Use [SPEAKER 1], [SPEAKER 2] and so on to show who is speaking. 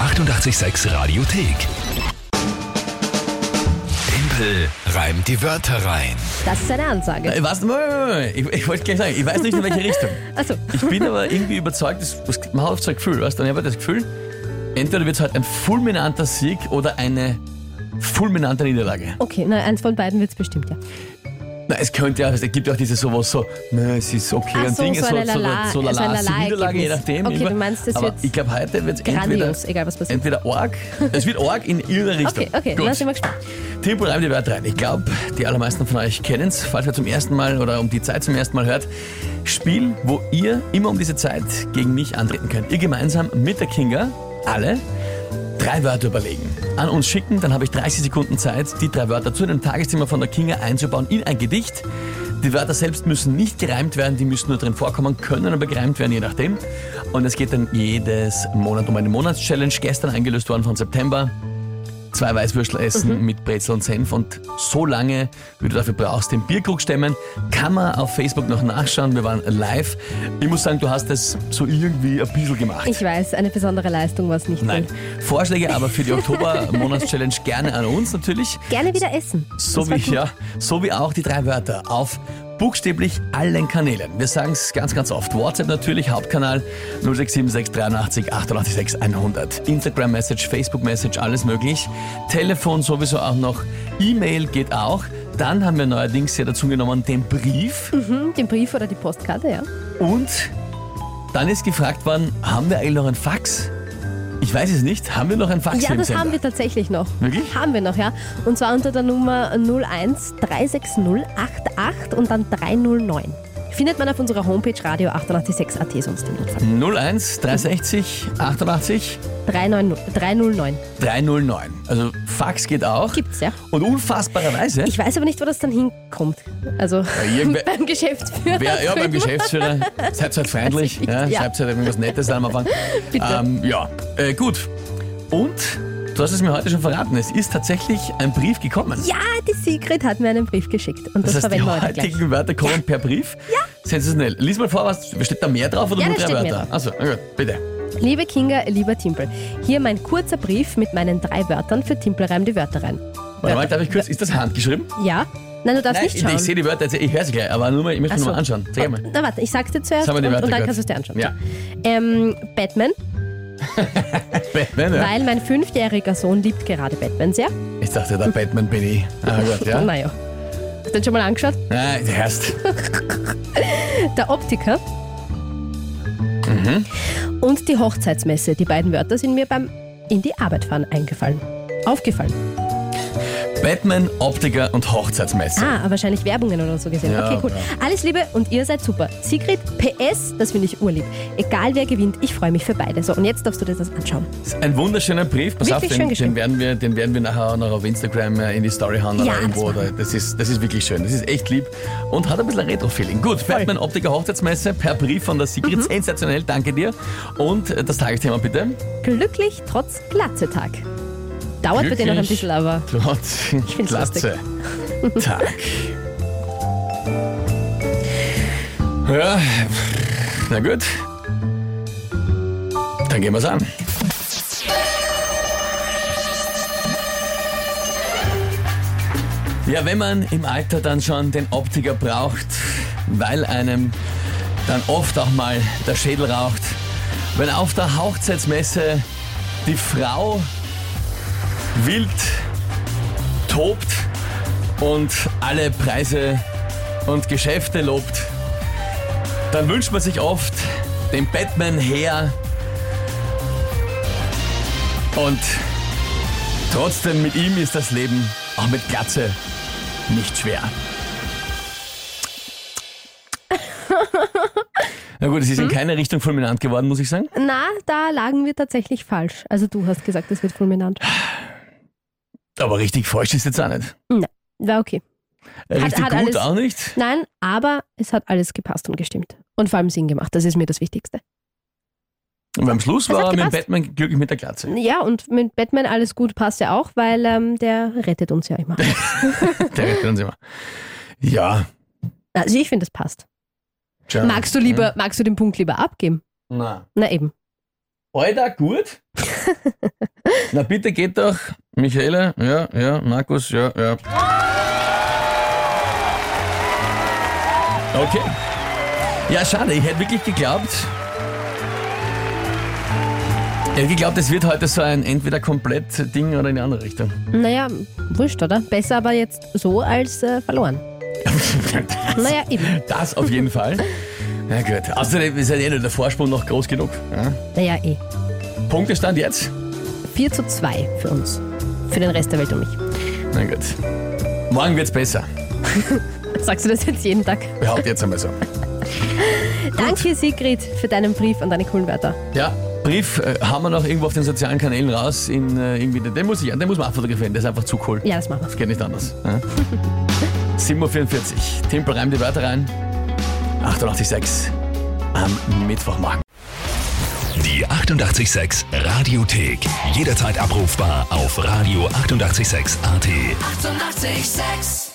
[SPEAKER 1] 886 Radiothek. Tempel reimt die Wörter rein.
[SPEAKER 2] Das ist eine Ansage.
[SPEAKER 3] Äh, Was? Moment, Moment, Moment. Ich, ich wollte gleich sagen, ich weiß nicht in welche Richtung.
[SPEAKER 2] Also,
[SPEAKER 3] Ich bin aber irgendwie überzeugt, das, das, man hat oft so ein Gefühl, weißt du? Ich habe das Gefühl, entweder wird es heute ein fulminanter Sieg oder eine fulminante Niederlage.
[SPEAKER 2] okay, na, eins von beiden wird es bestimmt, ja.
[SPEAKER 3] Na, es könnte ja, es gibt ja auch dieses sowas so, na, es ist okay,
[SPEAKER 2] Ach
[SPEAKER 3] ein
[SPEAKER 2] so,
[SPEAKER 3] Ding,
[SPEAKER 2] so
[SPEAKER 3] so,
[SPEAKER 2] eine Lala-
[SPEAKER 3] so, so
[SPEAKER 2] so ein
[SPEAKER 3] lala,
[SPEAKER 2] Lala-Ergebnis.
[SPEAKER 3] Niederlage, je nachdem.
[SPEAKER 2] Okay,
[SPEAKER 3] immer.
[SPEAKER 2] du meinst, das
[SPEAKER 3] Aber
[SPEAKER 2] wird
[SPEAKER 3] ich glaube, heute wird es entweder,
[SPEAKER 2] Grandios, egal was passiert.
[SPEAKER 3] entweder arg, es wird arg in ihre Richtung.
[SPEAKER 2] Okay, okay,
[SPEAKER 3] Gut.
[SPEAKER 2] na, sind wir gespannt.
[SPEAKER 3] Tempo reimt die Wörter rein. Ich glaube, die allermeisten von euch kennen es. Falls ihr zum ersten Mal oder um die Zeit zum ersten Mal hört, Spiel, wo ihr immer um diese Zeit gegen mich antreten könnt. Ihr gemeinsam mit der Kinga, alle, drei Wörter überlegen. An uns schicken, dann habe ich 30 Sekunden Zeit, die drei Wörter zu einem Tagesthema von der Kinga einzubauen in ein Gedicht. Die Wörter selbst müssen nicht gereimt werden, die müssen nur drin vorkommen, können aber gereimt werden, je nachdem. Und es geht dann jedes Monat um eine Monatschallenge, gestern eingelöst worden von September zwei Weißwürstel essen mit Brezel und Senf und so lange, wie du dafür brauchst, den Bierkrug stemmen, kann man auf Facebook noch nachschauen. Wir waren live. Ich muss sagen, du hast das so irgendwie ein bisschen gemacht.
[SPEAKER 2] Ich weiß, eine besondere Leistung war es nicht.
[SPEAKER 3] Nein.
[SPEAKER 2] drin.
[SPEAKER 3] Vorschläge aber für die Oktober-Monats-Challenge gerne an uns natürlich.
[SPEAKER 2] Gerne wieder essen.
[SPEAKER 3] So
[SPEAKER 2] Das war
[SPEAKER 3] wie,
[SPEAKER 2] gut.
[SPEAKER 3] ja, so wie auch die drei Wörter auf buchstäblich allen Kanälen. Wir sagen es ganz, ganz oft. WhatsApp natürlich, Hauptkanal 0676 88 100. Instagram-Message, Facebook-Message, alles möglich. Telefon sowieso auch noch. E-Mail geht auch. Dann haben wir neuerdings ja dazu genommen den Brief.
[SPEAKER 2] Hm, Den Brief oder die Postkarte, ja.
[SPEAKER 3] Und dann ist gefragt worden, haben wir eigentlich noch ein Fax? Ich weiß es nicht. Haben wir noch ein Fax hier
[SPEAKER 2] Ja,
[SPEAKER 3] im
[SPEAKER 2] das
[SPEAKER 3] Sender?
[SPEAKER 2] haben wir tatsächlich noch.
[SPEAKER 3] Wirklich?
[SPEAKER 2] Haben wir noch, ja. Und zwar unter der Nummer 01 360 88 und dann 309. Findet man auf unserer Homepage radio 886.at sonst im Notfall.
[SPEAKER 3] 01 360 88
[SPEAKER 2] 390, 309
[SPEAKER 3] 309. Also Fax geht auch.
[SPEAKER 2] gibt's, ja.
[SPEAKER 3] Und unfassbarerweise,
[SPEAKER 2] Ich weiß aber nicht, wo das dann hinkommt. Also
[SPEAKER 3] Äh, irgendwer-
[SPEAKER 2] beim Geschäftsführer.
[SPEAKER 3] wer, ja, beim Geschäftsführer, seid halt freundlich,
[SPEAKER 2] nicht,
[SPEAKER 3] ja,
[SPEAKER 2] ja.
[SPEAKER 3] schreibt halt irgendwas Nettes am Anfang.
[SPEAKER 2] Bitte.
[SPEAKER 3] Ähm, ja, äh, gut. Und du hast es mir heute schon verraten, es ist tatsächlich ein Brief gekommen.
[SPEAKER 2] Ja, die Sigrid hat mir einen Brief geschickt und das,
[SPEAKER 3] das heißt, die
[SPEAKER 2] verwenden wir heute gleich.
[SPEAKER 3] heutigen Wörter kommen per Brief. Ja. Sensationell. Lies mal vor, was steht da mehr drauf oder
[SPEAKER 2] Ja,
[SPEAKER 3] nur
[SPEAKER 2] da
[SPEAKER 3] drei
[SPEAKER 2] steht mehr
[SPEAKER 3] Wörter? Also, na gut, bitte.
[SPEAKER 2] Liebe Kinga, lieber Timpel, hier mein kurzer Brief mit meinen drei Wörtern für Timpel reim die Wörter rein.
[SPEAKER 3] Warte mal, darf ich kurz, ist das handgeschrieben?
[SPEAKER 2] Ja? Nein, du darfst
[SPEAKER 3] Nein,
[SPEAKER 2] nicht schauen.
[SPEAKER 3] ich sehe die Wörter, jetzt, ich höre sie gleich, aber nur mal, ich möchte
[SPEAKER 2] Ach
[SPEAKER 3] mir
[SPEAKER 2] so. Oh.
[SPEAKER 3] mal anschauen. Sag mal.
[SPEAKER 2] Na warte, ich sag's dir zuerst
[SPEAKER 3] Sag mal
[SPEAKER 2] und,
[SPEAKER 3] die
[SPEAKER 2] und
[SPEAKER 3] Wörter
[SPEAKER 2] dann
[SPEAKER 3] kurz.
[SPEAKER 2] kannst du es dir anschauen.
[SPEAKER 3] Ja.
[SPEAKER 2] Ähm, Batman,
[SPEAKER 3] Batman, ja.
[SPEAKER 2] weil mein fünfjähriger Sohn liebt gerade Batman sehr.
[SPEAKER 3] Ich dachte, der Batman bin ich. Ah gut, ja.
[SPEAKER 2] Naja. Hast du den schon mal angeschaut?
[SPEAKER 3] Nein, du hörst.
[SPEAKER 2] Der Optiker.
[SPEAKER 3] Mhm.
[SPEAKER 2] Und die Hochzeitsmesse. Die beiden Wörter sind mir beim in die Arbeit fahren eingefallen. Aufgefallen.
[SPEAKER 3] Batman, Optiker und Hochzeitsmesse.
[SPEAKER 2] Ah, wahrscheinlich Werbungen oder so gesehen.
[SPEAKER 3] Ja,
[SPEAKER 2] okay, cool. Alles Liebe und ihr seid super. Sigrid, PS, das finde ich urlieb. Egal wer gewinnt, ich freue mich für beide. So, und jetzt darfst du dir das anschauen.
[SPEAKER 3] Ein wunderschöner Brief. Pass
[SPEAKER 2] Wirklich
[SPEAKER 3] auf,
[SPEAKER 2] schön
[SPEAKER 3] den,
[SPEAKER 2] geschrieben.
[SPEAKER 3] den, werden wir, den werden wir nachher auch noch auf Instagram äh, in die Story
[SPEAKER 2] Ja,
[SPEAKER 3] hauen oder irgendwo.
[SPEAKER 2] das machen
[SPEAKER 3] Oder, das, ist, das ist wirklich schön. Das ist echt lieb und hat ein bisschen ein Retro-Feeling. Gut, Batman, Optiker, Hochzeitsmesse per Brief von der
[SPEAKER 2] Mhm.
[SPEAKER 3] Sigrid. Sensationell, danke dir. Und äh, das Tagesthema bitte.
[SPEAKER 2] Glücklich trotz Glatzetag. Dauert bitte noch ein
[SPEAKER 3] Glücklich.
[SPEAKER 2] bisschen, aber
[SPEAKER 3] Trotz
[SPEAKER 2] find's
[SPEAKER 3] Glatze. Tag. Ja, na gut. Dann gehen wir's an. Ja, wenn man im Alter dann schon den Optiker braucht, weil einem dann oft auch mal der Schädel raucht, wenn auf der Hochzeitsmesse die Frau wild tobt und alle Preise und Geschäfte lobt, dann wünscht man sich oft den Batman her und trotzdem mit ihm ist das Leben auch mit Glatze nicht schwer. Na gut, es ist in
[SPEAKER 2] Hm?
[SPEAKER 3] keiner Richtung fulminant geworden, muss ich sagen.
[SPEAKER 2] na, da lagen wir tatsächlich falsch. Also du hast gesagt, es wird fulminant.
[SPEAKER 3] Aber richtig falsch ist jetzt auch nicht.
[SPEAKER 2] War okay.
[SPEAKER 3] Richtig
[SPEAKER 2] hat
[SPEAKER 3] gut
[SPEAKER 2] alles-
[SPEAKER 3] auch nicht.
[SPEAKER 2] Nein, aber es hat alles gepasst und gestimmt. Und vor allem Sinn gemacht. Das ist mir das Wichtigste.
[SPEAKER 3] Und am Schluss
[SPEAKER 2] Das hat
[SPEAKER 3] war er mit
[SPEAKER 2] gepasst.
[SPEAKER 3] Batman glücklich mit der Glatze.
[SPEAKER 2] Ja, und mit Batman alles gut passt ja auch, weil ähm, der rettet uns ja immer.
[SPEAKER 3] Der rettet uns immer. Ja.
[SPEAKER 2] Also ich finde, es passt.
[SPEAKER 3] tja.
[SPEAKER 2] Magst du lieber, magst du den Punkt lieber abgeben?
[SPEAKER 3] Na.
[SPEAKER 2] Na eben.
[SPEAKER 3] Alter, gut. Na bitte geht doch. Michaela, ja, ja, Markus, ja, ja. Okay. Ja, schade, ich hätte wirklich geglaubt. Ich hätte geglaubt, es wird heute so ein entweder komplett Ding oder in die andere Richtung.
[SPEAKER 2] Naja, wurscht, oder? Besser aber jetzt so als äh, verloren. Naja, eben.
[SPEAKER 3] Das auf jeden Fall. Ja gut. Außerdem ist ja eh nur der Vorsprung noch groß genug. Ja.
[SPEAKER 2] Naja, eh.
[SPEAKER 3] Punktestand jetzt?
[SPEAKER 2] 4 zu 2 für uns. Für den Rest der Welt und mich.
[SPEAKER 3] Na gut. Morgen wird's besser.
[SPEAKER 2] Sagst du das jetzt jeden Tag?
[SPEAKER 3] Behaupt jetzt einmal so.
[SPEAKER 2] Danke, Sigrid, für deinen Brief und deine coolen Wörter.
[SPEAKER 3] Ja, Brief äh, haben wir noch irgendwo auf den sozialen Kanälen raus. In, äh, irgendwie, den, den muss ich, den muss man auch fotografieren, der ist einfach zu cool.
[SPEAKER 2] Ja, das machen
[SPEAKER 3] Das geht nicht anders. Ja? 7.44 Uhr. Tempel reimt die Wörter rein. 88.6 am Mittwochmorgen.
[SPEAKER 1] Die 886 Radiothek. Jederzeit abrufbar auf radio886.at. 886!
[SPEAKER 4] 886